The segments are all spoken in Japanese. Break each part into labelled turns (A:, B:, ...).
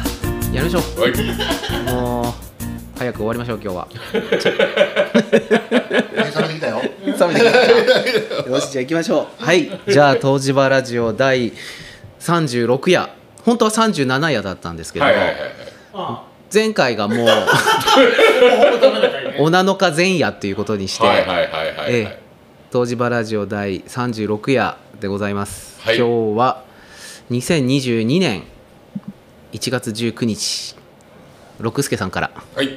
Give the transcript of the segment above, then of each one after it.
A: りましょ
B: はい
A: うもう早く終わりましょう今日は
C: 冷めてきたよ
A: 冷めてきましたよしじゃあ行きましょうはいじゃあ東芝ラジオ第36夜本当は37夜だったんですけど、
B: はいはいはい
D: あ
A: 前回がもう お7日前夜っていうことにして、
B: はいはいはいはいはい
A: ええ東芝ラジオ第36夜でございます、
B: はい
A: 今日は2022年1月19日六助さんから
B: はいよ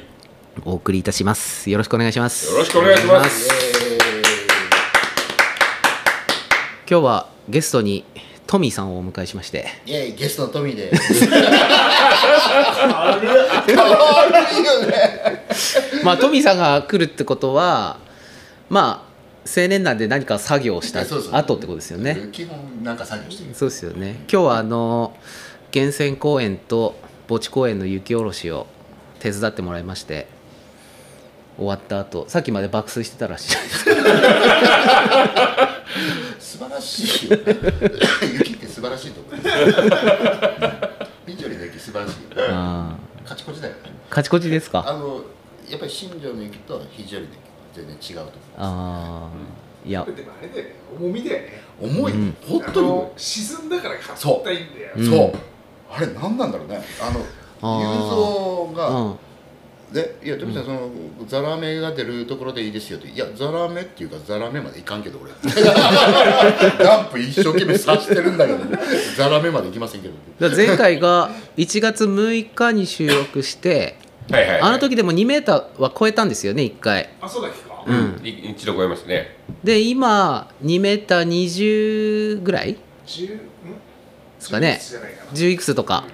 A: お送りいたしますよろしくお願いします
B: ろしくお願いし
A: お願
B: ま
A: い
B: す
A: 今日はゲストにトミーさんをお迎えしまして
C: イエーイゲストのトミーで変わるよ ね
A: まあトミーさんが来るってことはまあ青年団で何か作業をした
C: そうそう
A: 後ってことですよね
C: 基本なんか作業して る
A: そうですよね今日はあの源泉公園と墓地公園の雪下ろしを手伝ってもらいまして終わった後さっきまで爆睡してたらしいじゃないですか
C: 素晴らしいよ雪って素晴らしいと思う緑の雪素晴らしいよ
A: あ
C: カチコチだよね
A: ーカチコチです
C: あ
A: か
C: のやっぱり新庄の雪と肘折の雪全然違うと思
A: あーいや
D: でもあれだよね重みだよね
C: う重い、
A: うん
C: 本当に
D: あ
C: 重い
D: の沈んだから硬
C: そう
D: いんだよ
A: うん
C: そうあれ何なんだろうねあの雄三
A: う
C: が
A: ん
C: でいや富田さん、そのザラメが出るところでいいですよっていやザラメっていうかザラメまでいかんけ ど俺ダンプ一生懸命刺してるんだけどザラメまでいきませんけど
A: だから前回が1月6日に収録して
B: はいはいはい
A: あの時でも2メーターは超えたんですよね1回
D: あそうだっけか
A: うん
B: い一度超えましたね
A: で今2メーター20ぐらい
D: 10んで
A: ですかね
D: じゃないかな
A: 10いくつとか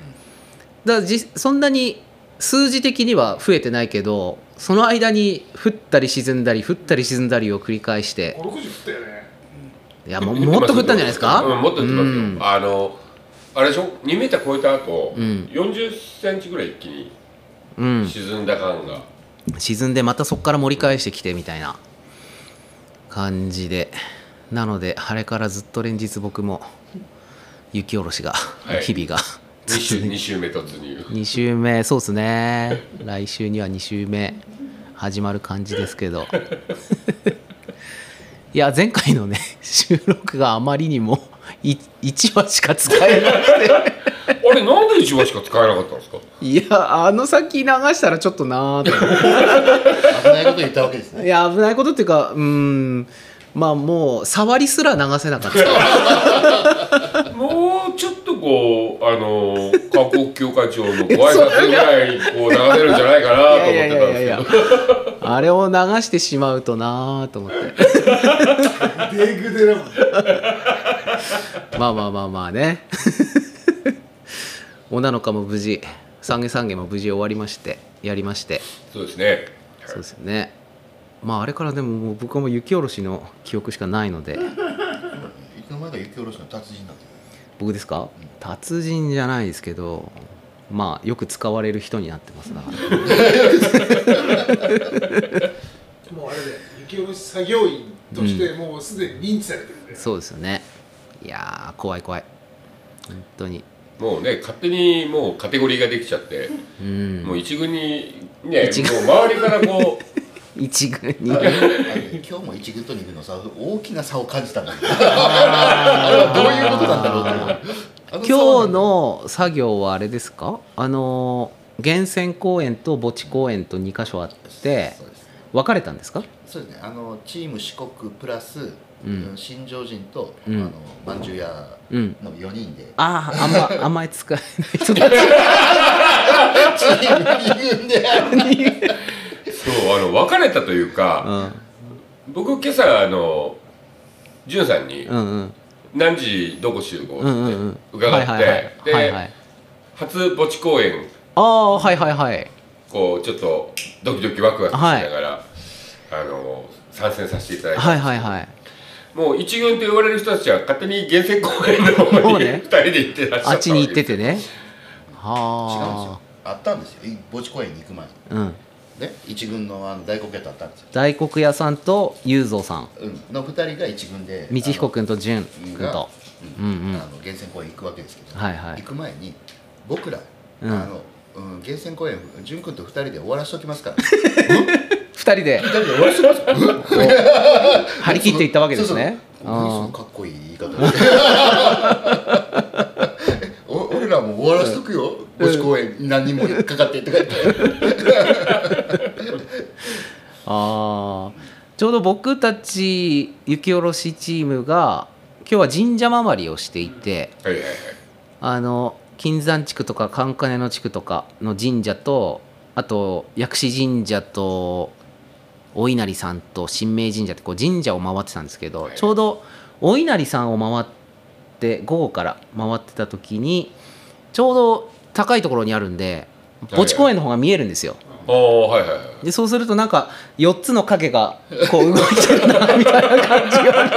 A: だからじそんなに数字的には増えてないけどその間に降ったり沈んだり降ったり沈んだりを繰り返して
D: 560振ったよね
A: いやももっと降ったんじゃないですか
B: うん、もっと降ってますよ、
A: うん
B: あのあれでしょ2メーター超えた後、
A: うん
B: 40センチぐらい一気に
A: うん
B: 沈んだ感が、
A: 沈んでまたそこから盛り返してきてみたいな感じでなのであれからずっと連日僕も雪下ろしが、
B: はい
A: 日々が
B: 二 週二週目突入
A: 2週目そうですね来週には2週目始まる感じですけど いや前回のね収録があまりにも1話しか使えなく
B: あれなんで一話しか使えなかったんですか
A: ていやあの先流したらちょっとなーと思って
C: 危ないこと言ったわけですね
A: いや危ないことっていうかうーんまあもう触りすら流せなか った
B: もうちょっとこうあの韓国教会長のご挨拶ぐらいこう流せるんじゃないかなと思っ
A: いや
B: て
A: い
B: たん
A: やい
B: で
A: や
B: す
A: い
B: け
A: や
B: ど
A: あれを流してしまうとなーと思って
D: デグデだもん
A: まあまあまあまあね 女の子も無事三軒三軒も無事終わりましてやりまして
B: そうですね
A: そうですよねまああれからでももう僕はもう雪下ろしの記憶しかないので
C: いつの間にか雪下ろしの達人にな って
A: 僕ですか達人じゃないですけどまあよく使われる人になってますだから
D: もうあれだよ雪下ろし作業員としてもうすでに認知されてるんだよ
A: そうですよねいやー怖い怖い本当に
B: もうね勝手にもうカテゴリーができちゃって、
A: うん
B: もう一軍にね
A: 一
B: もう周りから こう
A: 一軍に
C: るあのね今日も一軍と二軍の差大きな差を感じたんだけどあれは どういうことなんだろうっていう
A: 今日の作業はあれですかあのー源泉公園と墓地公園と2箇所あって
C: そうです
A: 分かれたんですか
C: そうですねあのチーム四国プラス、
A: うん
C: 新庄人と、
A: うん
C: あのまんじゅう屋
A: うん
C: の4人で、
A: あああんま あんまり使えない人たち
C: チーム2軍で
A: に、
B: そうあの別れたという
A: う
B: か、
A: ん、
B: 僕今朝あのじゅんさんに、
A: うんうん
B: 何時どこ集合っ
A: うんうんうん
B: て伺って、
A: はいはいはいはいはい
B: で初墓地公演
A: ああはいはいはい
B: こうちょっとドキドキワクワクしながら、あの参戦させていただいて、
A: はいはいはい
B: もう一軍と言われる人たちは勝手に源泉公園の方
A: そう
B: に
A: ね
B: 2人で行ってらっしゃった
A: あっちに行ってて
B: ね
A: ね
C: 違うんです
A: は
C: よあったんですよい墓地公園に行く前に
A: あうん
C: ね一軍のあの大黒屋とあったんですよ、
A: 大黒屋さんと雄三さん
C: うん、の2人が一軍で
A: 道彦君と淳
C: あの
A: 君
C: が
A: と
C: う
A: うんん
C: あ
A: うん
C: の源泉公園行くわけですけど、
A: はいはい
C: 行く前に僕ら、
A: うん
C: あのうん、ゲーセン公演淳君と二人で終わらしときますから
A: 二人で
C: 二人で終わらしときます
A: 張り切っていったわけですね
C: そうそうそのかっこいい言い方え お俺らもう終わらしとくよ母子公演何人も引っかかってって書いて
A: ああちょうど僕たち雪下ろしチームが今日は神社回りをしていて
B: はいはいはい
A: あの金山地区とか寒金の地区とかの神社とあと薬師神社とお稲荷さんと神明神社ってこう神社を回ってたんですけど、
B: はい
A: ちょうどお稲荷さんを回って午後から回ってた時にちょうど高いところにあるんで
B: はい
A: 墓地公園の方が見えるんですよ。
B: ああはいはいはい
A: でそうするとなんか4つの影がこう動いてるなみたいな感じが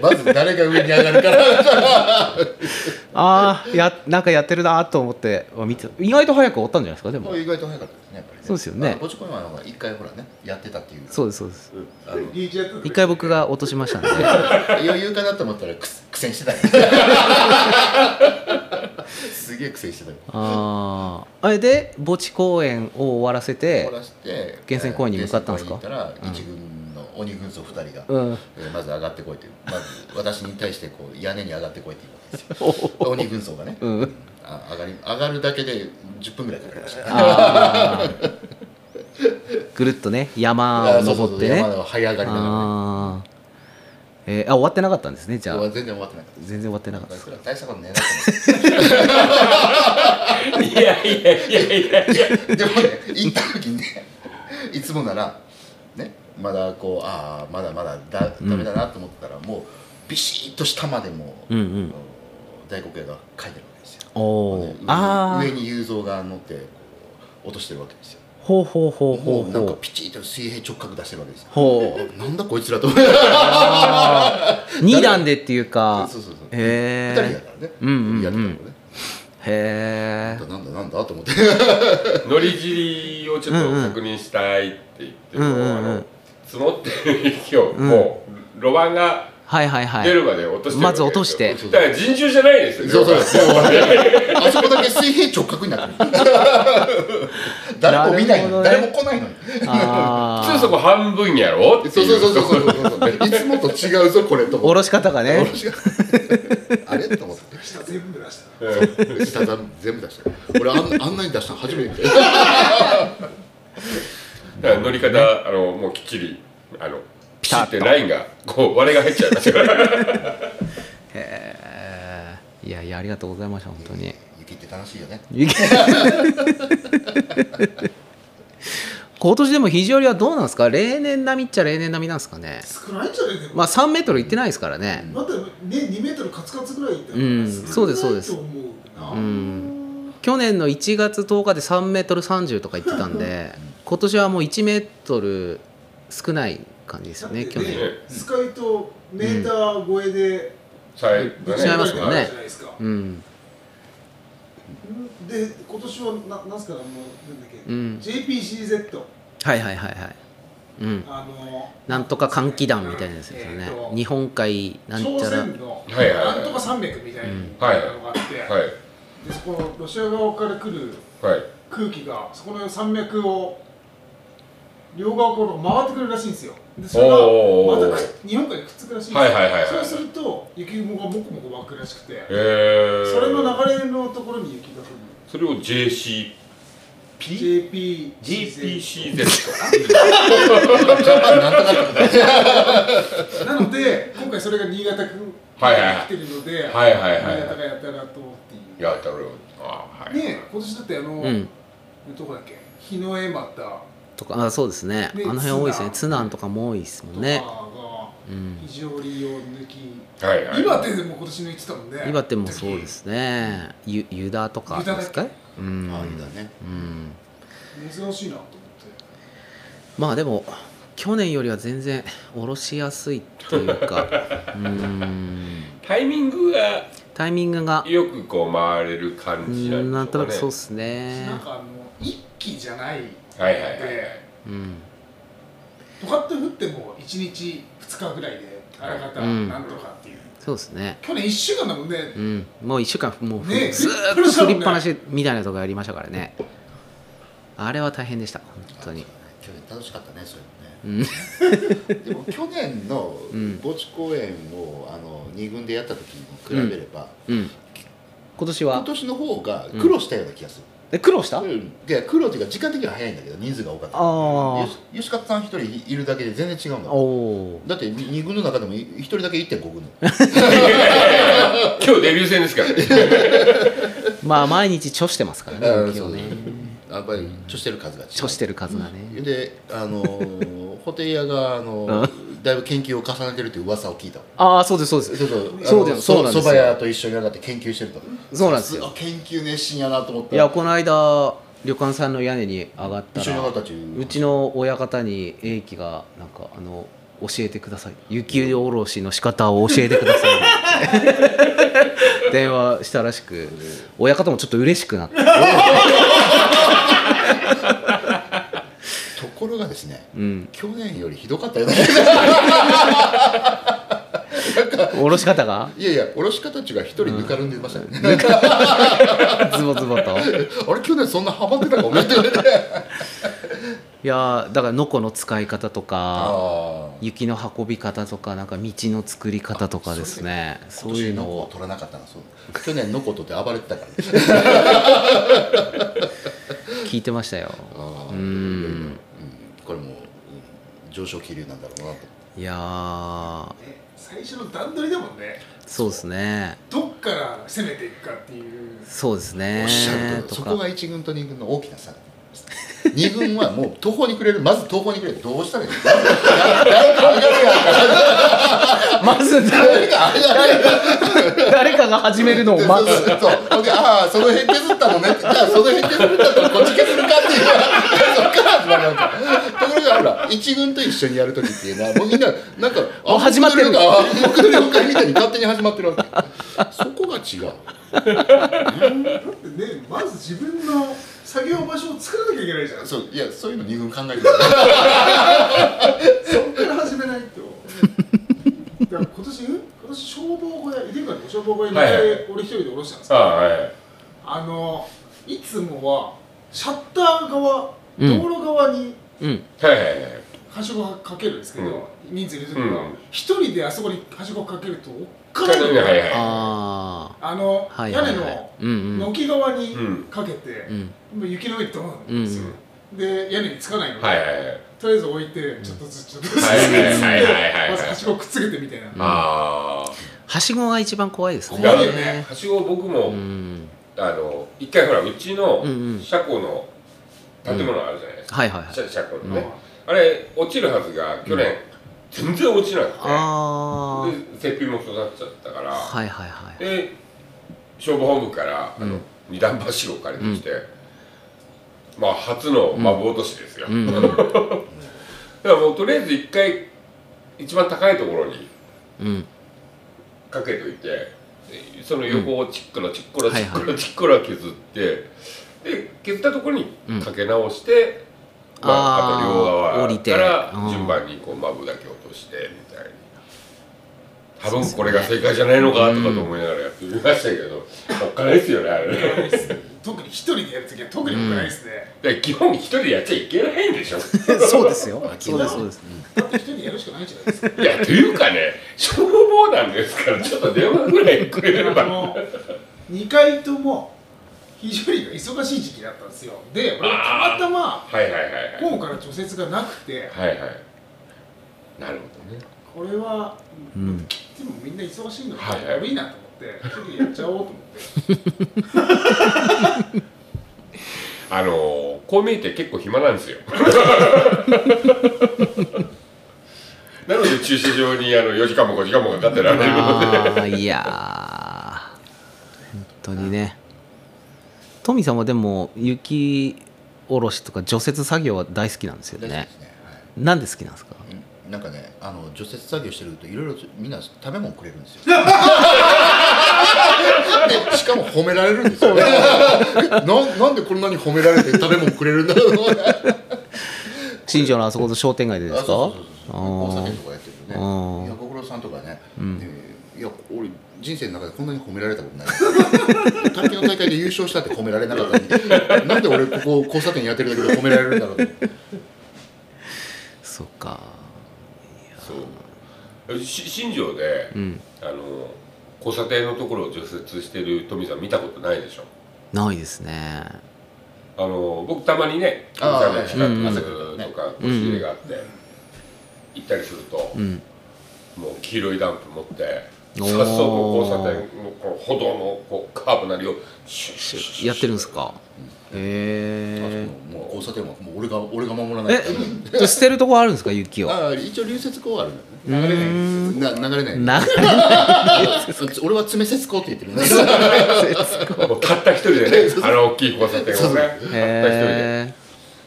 C: まず誰が上に上がるから
A: あーやなんかやってるなと思って見て意外と早く終わったんじゃないですかでも
C: もう意外と早かったですねやっぱりね
A: そうですよね
C: あ母子公演はあの一回ほらねやってたっていう
A: そうですそうです
C: うんあの
D: リーチやってた
A: 一回僕が落としました んで
C: 余裕かなと思ったらくす苦戦して たよすげえ苦戦してたよ
A: あーあれで墓地公演を終わらせて
C: 終わらせて
A: 源泉公園に向かったんですか
C: 源泉公園に行ったら一軍の鬼軍曹二人が、
A: うん
C: えーまず上がってこいってまず私に対してこう屋根に上がってこいって言うわけですよ鬼軍曹がね、
A: うん
C: あ上がり上がるだけで10分ぐらいかかりましたね
A: あーぐるっとね山を
C: そうそう
A: 登
C: そ
A: っ
C: う
A: てね
C: 山の這い上がりながらね
A: あーえーあ終わってなかったんですねじゃ
C: 終わ
A: あ
C: 全然終わってなかった
A: 全然終わってなかったです
C: 僕ら大したことねえなと思って
B: いやいやいやいやいや
C: でもね行った時にねいつもならねまだこうああまだまだだダメだなと思ったら、もうビシッと下までもう、
A: うんうん
C: 大黒屋が書いてるわけですよ
A: おお
C: ね上に
A: ああ
C: 上に雄三が乗ってこう落としてるわけですよ
A: ほうほうほうほ
C: も
A: う
C: う
A: ほ
C: なんか
A: う
C: ピチッと水平直角出してるわけですよ
A: ほ う
C: なんだこいつらと思って2
A: 2段でっていうか
C: そうそうそう
A: へ
C: 人だ
A: え
C: からね、
A: うんうんうん
C: やってたのね
A: へ
C: な
A: え
C: んだなんだなんだと思って
B: 乗り尻をちょっと確認したいって言っても、
A: うんうん
B: あ
A: うん
B: の積もってる雪をもう路盤が
A: はいはいは
B: 出
A: い
B: るまで落としてる
A: まず落として
B: だから人中じゃないですよ ね
C: そうそうでもあそこだけ水平直角になってる誰も見ないのに、
A: なる
C: 誰
A: ほどね
C: も来ないのに
A: あ
B: 普通そ
A: あ
B: こ半分やろって
C: そう
B: い
C: そううそうそうそうそうそういつもと違うぞこれ
A: 下
C: と思って
A: ろし方がね
C: 下ろしがあれと思って
D: 下全部出した
C: 下だ全部出した俺あんあんなに出したの初めて見た
B: だから乗り方、あのもうきっちりあのピシってラインがこう割れが入っちゃいますから
A: へえいやいやありがとうございました本当に
C: 雪って楽しいよね
A: 今年でも肘折りはどうなんですか例年並みっちゃ例年並みなんですかね
D: 少ないんじゃないでも
A: まあ3メートルいってないですからね
D: まだね2メートルカツカツぐらいだから
A: うんそうですそうです
D: 少ないと思うな
A: うん去年の1月10日で3メートル30とか言ってたんで今年はもう1メートル少ない感じですよね
D: だって
A: 去年
D: スカイとメーター超えで
B: さい
A: ぶち違います
D: ぶ
A: も
D: ち
A: んね
D: 上がるじゃないですか
A: うん
D: で今年はななんすかねもうなんだっけ、
A: うん
D: JPCZ
A: はいはいはいはいうん
D: あの
A: なんとか寒気団みたいなやつですよね
D: えーと
A: 日本海なんちゃ
D: 朝
A: ら
D: 鮮の
B: はいはいはい
D: なんとか山脈みたいなのがあって、
B: はい
D: でそこのロシア側から来る
B: はい
D: 空気がそこの山脈を両側から回ってくるらしいんですよでそれが
B: おー
D: またく日本海にくっつくらしいんですよ、
B: はいはいはいはい
D: そうすると雪雲がもこもこ湧くらしくて
B: えー、
D: それの流れのところに雪が降
B: それを JC
D: る JP
B: GPCZ か
D: なので今回それが新潟に
B: はいはい
D: 来てるので、
B: はいはいはい
D: 新潟
B: は
D: がやったらと思ってい
B: いやったろうあはい
D: るね今年だってあの、
A: うん
D: どこだっけ日の絵また
A: とかあそうですね
D: ね
A: あの辺多いですね
D: ツ
A: ツナンとかも多いですも
D: と
A: ん
D: か
A: ね
D: が
A: うん
D: 非常にを抜き、
B: はいはい
D: 岩手でも今年抜いてたもんね
A: 岩手もそうですねゆユダとかですか
D: ユ
A: う
C: ああいい
A: ん
C: だね
A: うん
D: 珍しいなと思っ
A: まあでも去年よりは全然下ろしやすいっていうか うん
B: タイミングが
A: タイミングが
B: よくこう回れる感
A: う
B: じなんでしょうかね
A: んなんとなくそうっ
B: す
A: す
D: て、
A: ね
D: なんかあの一気じゃないで
B: はいはいはい
A: うん
D: とかって降っても1日2日ぐらいであらかた
A: うん
D: なんとかっていう、
A: そうですね
D: 去年1週間だもんね
A: うんもう1週間もう
D: ねえ
A: ずーっと振りっぱなしみたいなとこやりましたからねあれは大変でした本当に
C: 去年楽しかったねそれもね、でも去年の墓地公演をあの2軍でやった時に比べれば、
A: うん今年
C: 今
A: は
C: 年の方が苦労したような気がする、
A: え苦労した
C: うんで苦労っていうか時間的には早いんだけど人数が多かった
A: あー
C: よし吉勝さん一人いるだけで全然違うんだ
A: おお
C: だって2軍の中でも1人だけ1.5軍の
B: 今日デビュー戦ですからね
A: ーまあ毎日著してますからね
C: あー
A: 今日ね
C: やっぱり著してる数が違う
A: 著してる数がね、
C: であ のー布袋屋が、あのーだいぶ研究を重ねてるっていう噂を聞いたわ
A: ああそうですそうです
C: ちょっと
A: そうだ
C: で
A: よそうなんですよ
C: そば屋と一緒に上がって研究してると
A: そうなんですよ
C: さが研究熱心やなと思って
A: い
C: い
A: やこの間旅館さんの屋根に上がった
C: 一緒に上
A: ら
C: がったっていう
A: うちの親方に英樹がなんかあの教えてください雪下ろしの仕方を教えてください 電話したらしく親方もちょっと嬉しくなって、
C: ところがですね
A: うん、
C: 去年よりひどかったよね
A: 下ろし方が
C: いやいや卸し方たちが一人ぬかるんでましたよね、
A: ズボズボと
C: あれ去年そんなハマってたか思ってくれて
A: いやーだからのこの使い方とか
C: あ
A: 雪の運び方とかなんか道の作り方とかですね
C: そ
A: そううい
C: いう
A: う
C: の
A: の
C: を
A: を
C: 取らなかったなそう去年ノコ取って暴れてたから、ね、
A: 聞いてましたよ
C: あ
A: う
C: ーいやいや
A: ん
C: これもう、うん上昇気流なんだろうなと
A: いやー
D: ね最初の段取りだもんね
A: そうですね
D: どっから攻めていくかっていう
A: そうですね
C: おっしゃると
A: と
C: そ
A: か
C: こが1軍と2軍の大きな差だと思います2軍はもう途方に暮れるまず途方に暮れるどうしたらいいのまず誰か上がるやん
A: まず
C: 誰か上がるやん
A: 誰かが始めるのを
C: そう
A: 待つ
C: そうそうほんでああその辺削ったのねじゃあその辺削るんだったらこっち削るかっていうそっから始まるわけところがほら1軍と一緒にやる時っていうのはもうみんななんか
A: もう始まってる
C: のか僕の了解みたいに勝手に始まってるわけそこが違う
D: だってねまず自分の作業場所を作らなきゃいけないじゃん
C: そ
D: そこ
C: ういやそういうの2軍考えてる
D: から始めない とだから今年今年消防小屋いてるから消防小屋に
B: はいはい
D: 俺一人で下ろしたんです
B: あ
D: よ
B: あはい
D: あのいつもはシャッター側
A: う
D: 道
A: ん
D: 路側に
A: うん
B: はいはいはい
D: はしごをかけるんですけど、
B: うん
D: 人数いる時
B: う
D: は
B: ん
D: 一、人であそこにはしごをかけるとおっか
B: は
D: ない
B: い
D: の、
B: はいはい
A: あ
D: あの、
A: あはい
D: 屋
A: は
D: 根
A: いは
D: の
A: いうんうん
D: 軒側に
B: うん
D: かけて、
A: うん
D: もう雪の上にドーンなんですよ、で屋根につかないので、
B: はいはいはい
D: とりあえず置いてちょっとずつちょっとずつ、
B: はいはいはいはいはい
D: まずはしごくっつけてみたいな、
B: ああ
A: はしごが一番怖いですね
D: 怖いよ
B: ね
D: ね
B: はしご僕も、
A: うん
B: あの一回ほらうちの
A: うんうん
B: 車庫の建物あるじゃないですか、
A: はいはいはい
B: 車車庫のね、あれ落ちるはずが去年、全然落ちなく
A: あー
B: てで設備も育っちゃったから、
A: はいはいはい
B: で消防本部から、あ
A: う
B: の
A: ん
B: 二段橋を借りてきて、まあ初のまあ落としですよ、
A: うんう
B: だ
A: ん
B: からもうとりあえず一回一番高いところに
A: うん
B: かけといてでその横をちっこらちっこら
A: うん
B: ちっこ
A: はいは
B: らちっこら削って、で削ったところにかけ直して、
A: うん
B: ま
A: あ
B: あ、
A: ー
B: あと両
A: 降
B: 側
A: りて
B: から
A: うん
B: 順番にこうマブだけ落としてみたいに多分これが正解じゃないのかとかと思いながらやってみましたけ ど、おっかないですよねあれね
D: 特に一人でやるときは特に良くないですね、
B: で基本一人でやっちゃいけないんでしょ
A: そうですよそうですそうです
D: だって一人でやるしかないじゃないですか
B: いやというかね消防団ですからちょっと電話ぐらいくれれ
D: あ
B: ば
D: の2回とも非常に忙しい時期だったんですよで俺はたま
B: はいはいはい
D: たま今から除雪がなくて
B: はいはいはいなるほどね
D: これは、
A: うん
D: でもみんな忙しいので、
B: はいはい
D: 悪いなと思って一人でやっちゃおうと思って
B: あのー、こう見えて結構暇なんですよ なので駐車場にあの4時間も5時間もかかってられるの
A: あ
B: で
A: あいやー本当にねトミーさんはでも雪下ろしとか除雪作業は大好きなんですよ
C: 大好きで
A: ね
C: すね、はい
A: なんで好きなんですか
C: うんなんかねあの除雪作業してるといろいろみんな食べ物くれるんですよでしかも褒められるんですよななんでこんなに褒められて食べ物くれるんだろう
A: 新庄のあそこの商店街でで
C: あ
A: すか
C: そうそうそうそ
A: あ
C: う
A: ー
C: 交差点とかやってる
A: あ
C: よ
A: ー
C: ねいやご苦労さんとかね、でいや俺人生の中でこんなに褒められたことない卓球の大会で優勝したって褒められなかったのになんで俺ここ交差点やってるだけで褒められるんだろうと思って
A: そっか
B: そうし新庄で、
A: うん
B: あの交差点のところを除雪してる富さん見たことないでしょ
A: ないですね
B: あの僕たまにね富
C: あー
B: さんの近
A: はいは
B: く
A: い
B: 汗とか押し入れがあって、行ったりすると、
A: うん
B: もう黄色いダンプ持って
A: おー
B: 早速交差点のこう歩道のこうカーブなりをシュッシュッシュッ
A: やってるんですかへ
C: もう交差点はもう俺が俺が守らない
A: ええ捨てるとこあるんですか雪を
C: ああ一応流雪溝はあるんだよね
D: 流れないんです
C: な流れない
A: な
C: 俺は爪節溝って言ってるんだ
B: もうたった一人でね あの大きい交差点をねたった一人で
A: へ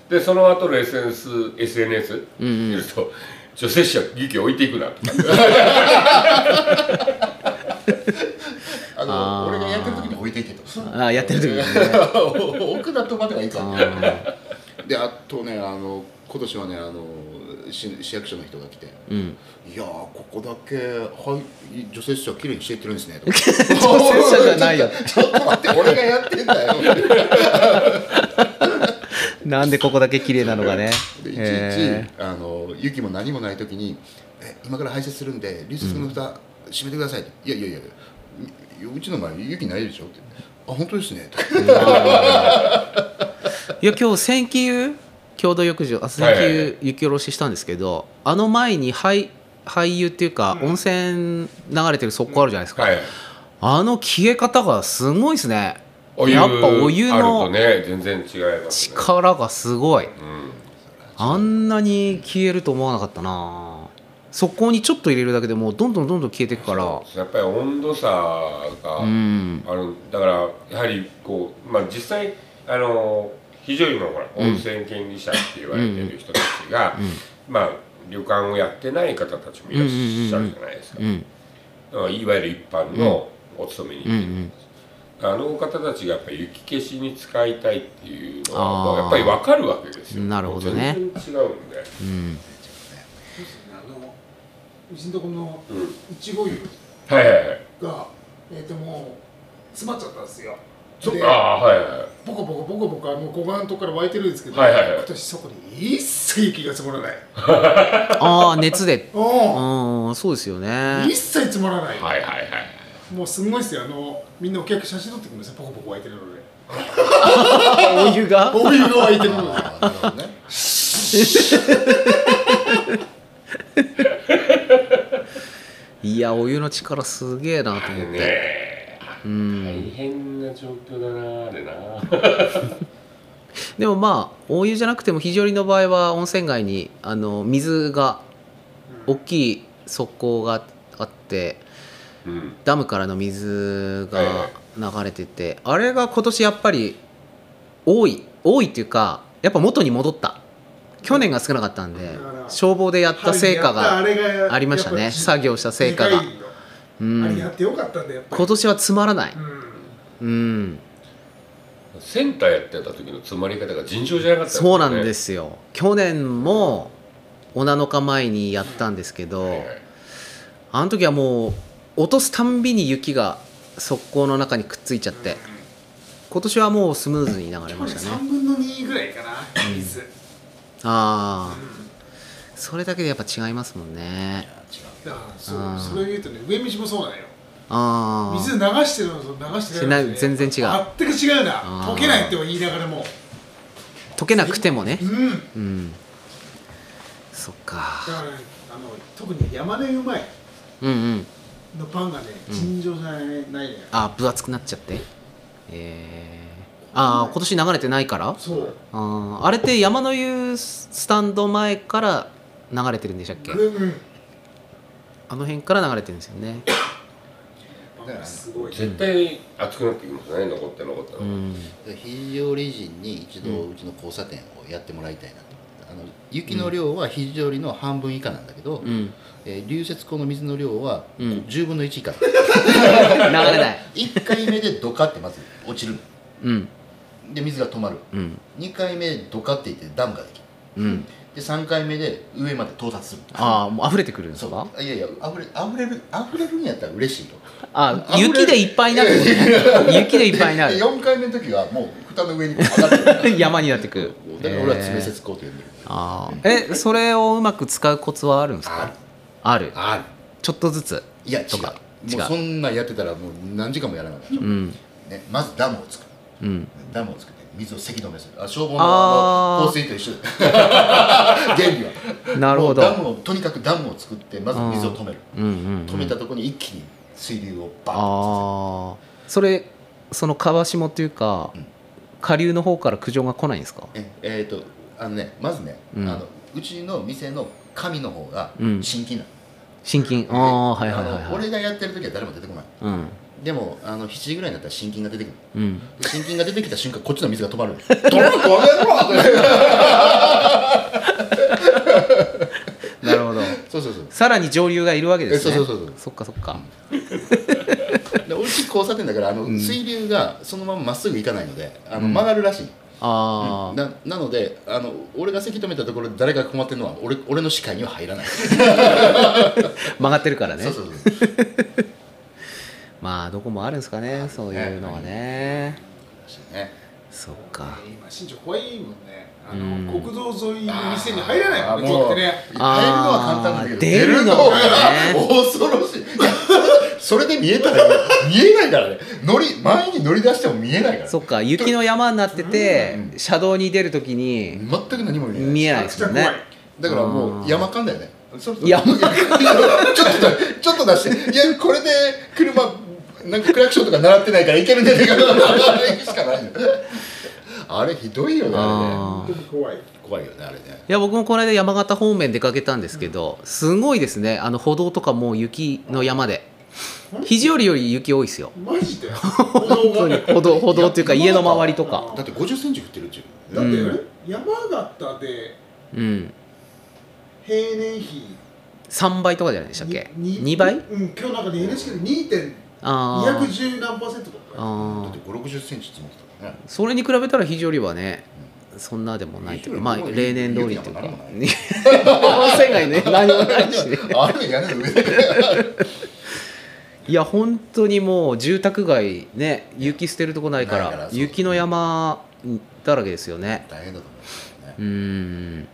B: でその後の SNS, SNS
A: うんうん
B: 見ると、女性誌は劇を置いてい くな
C: あ
A: あー
C: の俺がやってる時に置いていけと
A: ーあやってる時ですね
C: 奥だとまではいいか
A: あ
C: ら
A: ー
C: であとねあの今年はねあの市市役所の人が来て「
A: うん
C: いやーここだけ、はい、除雪車きれいにしていってるんですね」とか
A: 除雪車じゃ ないよ
C: ちょっと待って俺がやってんだよ
A: なんでここだけ綺麗なのがね
C: でいちい
A: へ
C: ちあの雪も何もない時に「え今から排泄するんで流雪の蓋閉めてください」いやいやいやううちの前雪ないでしょ」って「あ本当ですね」とか
A: ーいや今日千気湯共同浴場あ千気
B: はいはいは
A: 湯雪下ろししたんですけどあの前に廃廃油っていうか温泉流れてる側溝あるじゃないですか
B: はい
A: あの消え方がすごいですね
B: お湯
A: やっぱお湯
B: あ
A: の
B: るとね全然違いますね、
A: 力がすごい
B: うん、
A: あんなに消えると思わなかったな速攻にちょっと入れるだけでもうどんどんどんどん消えていくから
B: やっぱり温度差が、
A: うん
B: あのだからやはりこうまあ実際あの非常に今ほら温泉権利者って言われてる人たちが、まあ旅館をやってない方たちもいらっしゃるじゃないですか
A: う、ん
B: だからいわゆる一般のお勤めに行っ
A: うんう
B: てる
A: ん
B: あの方たちがやっぱり雪消しに使いたいっていう
A: あ
B: の
A: ー
B: はもうやっぱり分かるわけですよ
A: なるほどね
B: 全然違うんで、
A: うん
D: あのうちのとこの
B: うん、
D: いちご湯
B: はいはいはい
D: がえっ、ともう詰まっちゃったんですよ
B: そっ
D: で
B: かあーはいはいはい
D: ボコボコボコボコあの護岸のとこから湧いてるんですけど、
B: はいはいはい
D: 今年そこに一切雪が積もらない
A: ああ熱で
D: お
A: うんそうですよね
D: お一切積もらない、
B: はいはいはい
D: もうすごいですよあのみんなお客写真撮ってくるんですよボコボコ湧いてるので
A: お湯が
D: お湯が湧いてるので
C: あーなるほどね
A: いやお湯の力すげえなと思っ
B: ね
A: て
B: え大変な状況だなあれ な
A: でもまあお湯じゃなくても肘折の場合は温泉街にあの水が大きい側溝があって
B: うん
A: ダムからの水
B: はい
A: が流れててあれが今年やっぱり多い多いっていうかやっぱ元に戻った去年が少なかったんで
D: だから
A: 消防でやった成果が
D: が
A: ありましたね作業した成果がう
D: あれや
A: ん
D: ってよかったんだよやっぱり
A: 今年はつまらない
D: うん
A: うん
B: センターやってた時の詰まり方が尋常じゃなかった
A: そうなんですすよ去年もお7日前にやったんですけど、
B: よねはいはい
A: あの時はもう落とすたんびに雪が側溝の中にくっついちゃって今年はもうスムーズに流れ
D: 去
A: ま
D: 年
A: したね
D: 3分の2ぐらいかな水
A: ああそれだけでやっぱ違いますもんね
D: だからそう
A: あー
D: それを言うとね上道もそうなのよ
A: あ
D: 水
A: あ
D: 流してるのと流してないのとね
A: しない全然違う
D: 全く違うな
A: あー
D: 溶けないって言いながらも
A: 溶けなくてもね
D: うんだ
A: うんそっ
D: か
A: から
D: ねあの特に山根うまい
A: うんうん
D: のパンがね
A: うん
D: 尋常じゃないないのよ
A: あー分厚くなっちゃってえー、ああ今年流れてないから
D: そう
A: あーあれって山の湯スタンド前から流れてるんでしたっけ
D: うん
A: あの辺から流れてるんですよね
D: パンがすごい
B: 絶対熱くなってきますね残って残ったの、
A: うん
C: で非常理人に一度うちの交差点をやってもらいたいなと思ってあの雪の量は非常理の半分以下なんだけど、
A: うん
C: えー流雪溝の水の量は
A: うん
C: 10分の1以下、
A: 流れない
C: 1回目でドカってまず落ちる
A: うん
C: で水が止まる
A: うん
C: 2回目ドカっていってダムができる
A: うん
C: で3回目で上まで到達する
A: ああもう溢れてくるんですか
C: そういやいや溢れ溢れる溢れるんやったら嬉しいと
A: あ
C: 溢れ
A: 雪でいっぱいになるってこと ね雪でいっぱいにな
C: で
A: る
C: 4回目の時はもう蓋の上にこう上がって る
A: 山になってく
C: だから俺は詰め節工と呼んでる
A: ああえそれをうまく使うコツはあるんですかある
C: ある
A: ちょっとずつ
C: いや違
A: とか
C: う
A: 違う
C: もうそんなんやってたらもう何時間もやらなかった、
A: うん
C: ね、まずダムを作る
A: うん
C: ダムを作って水をせき止めするあ消防の
A: あ
C: あ
A: ー
C: の放水と一緒 だ原理は
A: なるほど
C: もうダムをとにかくダムを作ってまず水を止める
A: うんうん
C: 止めたところに一気に水流をバーッと
A: ああそれその川下というか、
C: うん
A: 下流の方から苦情が来ないんですか
C: ええー、とあのねまずね、
A: うん
C: あのうちの店の神の方が
A: うん
C: 新規なの、
A: 心筋あ
C: で
A: あはいはいはい
C: あの
A: はい
C: 俺がやってる時は誰も出てこない
A: うん
C: でもあの7時ぐらいになったら新金が出てくる
A: うん
C: で新金が出てきた瞬間こっちの水が止ま る止まる止まるわ
A: なるほど
C: そうそうそう
A: さらに上流がいるわけですね
C: えそうそうそうそう
A: そっかそっか
C: で俺ち交差点だからあの、
A: ん
C: 水流がそのまままっすぐ行かないのであの、
A: うん
C: 曲がるらしい
A: ああ、
C: ななのであの俺が席止めたところで誰が困ってるのは俺俺の視界には入らない、
A: 曲がってるからね
C: そうそうそう
A: まあどこもあるんですかねそういうのはね
C: ね
A: そっか
D: 今新庄怖いもんねあの、
A: うん
D: 国道沿いの店に入らないもんねちょっとね
C: 入るのは簡単だ
A: あー
C: けど
A: 出るのがね
C: 恐ろしいい やそれで見えたらいい見えないからね乗り前に乗り出しても見えないから
A: そっか雪の山になってて、車道に出るときに
C: 全く何も見えない
A: 見えないですもんね
C: だからもう山間だよねそろそろ
A: 山間
C: いやちょっと出してちょっと出していやこれで車なんかクラクションとか習ってないからいけるねってから行くしかないよあれひどいよねあ
A: あ
D: 本
A: ー
D: 当に怖い
C: れね怖いよねあれね
A: いや僕もこの間山形方面出かけたんですけど、すごいですねあの歩道とかもう雪の山で肘折より雪多いですよ
D: マジで歩道
A: 本当に
D: が
A: 歩道歩道っていうか
C: いや
A: 家の周りとか
C: だって5 0ンチ降ってるっちゅう
D: だって、
A: うん
D: 山形で
A: うん
D: 平年比
A: 3倍とかじゃないでしたっけ
D: に
A: 2倍
D: うん今日なんかね NHK で2.210
A: あー
D: 何パーセントとか
C: だ
A: あ
C: って
A: ー
C: 5 6 0ンチ積もってたからね
A: それに比べたら肘折はねそんなでもないというかまあ
C: 肘折
A: 例年通りというか
C: 雪なんか何も
A: 温泉街ね何もないしね
C: あれ屋根の上で
A: いや本当にもう住宅街ね雪捨てるとこないから
C: ないからそう
A: 雪の山だらけですよね
C: 大変だと思うね
A: うーん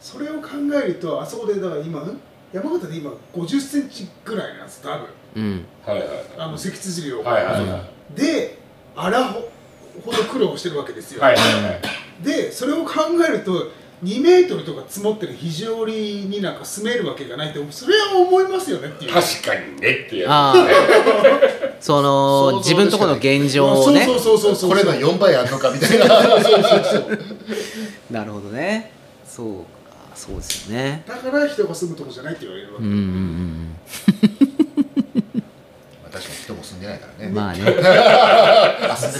D: それを考えるとあそこでだから今山形で今50センチぐらいなんです多分
A: うん
B: はいはい
D: あの積筋量が、
B: はいはいはい
D: で荒ほほど苦労してるわけですよ、
B: はいはいはい
D: でそれを考えると2メートルとか積もってる肘折になんか住めるわけがないってそれは思いますよねっていう
B: 確かにねってやつ
A: ああその
C: 想像でしかない
A: 自分とこの現状をね
D: そうそうそうそうそう
C: これの4倍あんのかみたいな
A: なるほどねそうかそうですよね
D: だから人が住むとこじゃないって言われる
A: う
D: わけ、
A: んうんうん
C: まあ確かに人も住んでないから
A: う
C: ね、
A: んまあね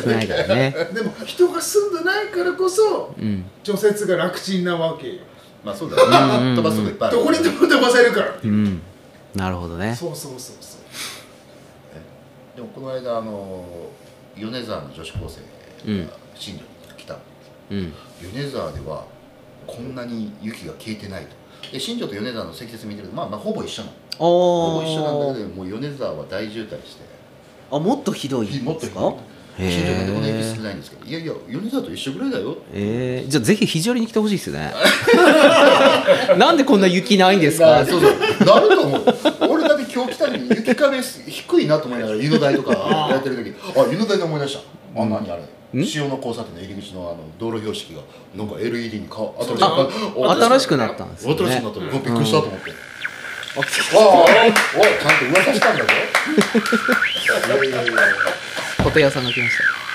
A: 少ないからね
D: でも人が住んでないからこそ
A: うん
D: 除雪が楽ちんなわけよ
C: まあそうだよ
A: うんうんうん
C: ね飛ばすとこいっぱいある
D: どこにでも飛ばせるから、
A: うんなるほどね
D: そうそうそうそう
C: でもこの間あの米沢の女子高生
A: うん
C: が新庄に来た、
A: うん
C: 米沢ではこんなに雪が消えてないとで新庄と米沢の積雪見てるとまあまあほぼ一緒なのほぼ一緒なんだ
A: お
C: けどもう米沢は大渋滞して
A: おもっとひどいんですか
C: もっとひどい新庄なんてこんな雪少ないんですけどいやいや米沢と一緒ぐらいだよ
A: えー、じゃあぜひ肘折に来てほしいです ねなんでこんな雪ないんです
C: な
A: か
C: そうそうなると思う俺だって今日来た時に雪壁低いなと思いながら湯の台とかやってる時あ湯の台で思い出したあ何あれ塩の交差点の入り口のあの道路標識がなんか LED に変わ新しくなった
A: 新しくなったんですよ、ね、
C: 新しくなったのびっくりしたと思って、
A: あ
C: ああおいおいちゃんと噂したんだぞいやいやいや
A: 小手屋さんが来ました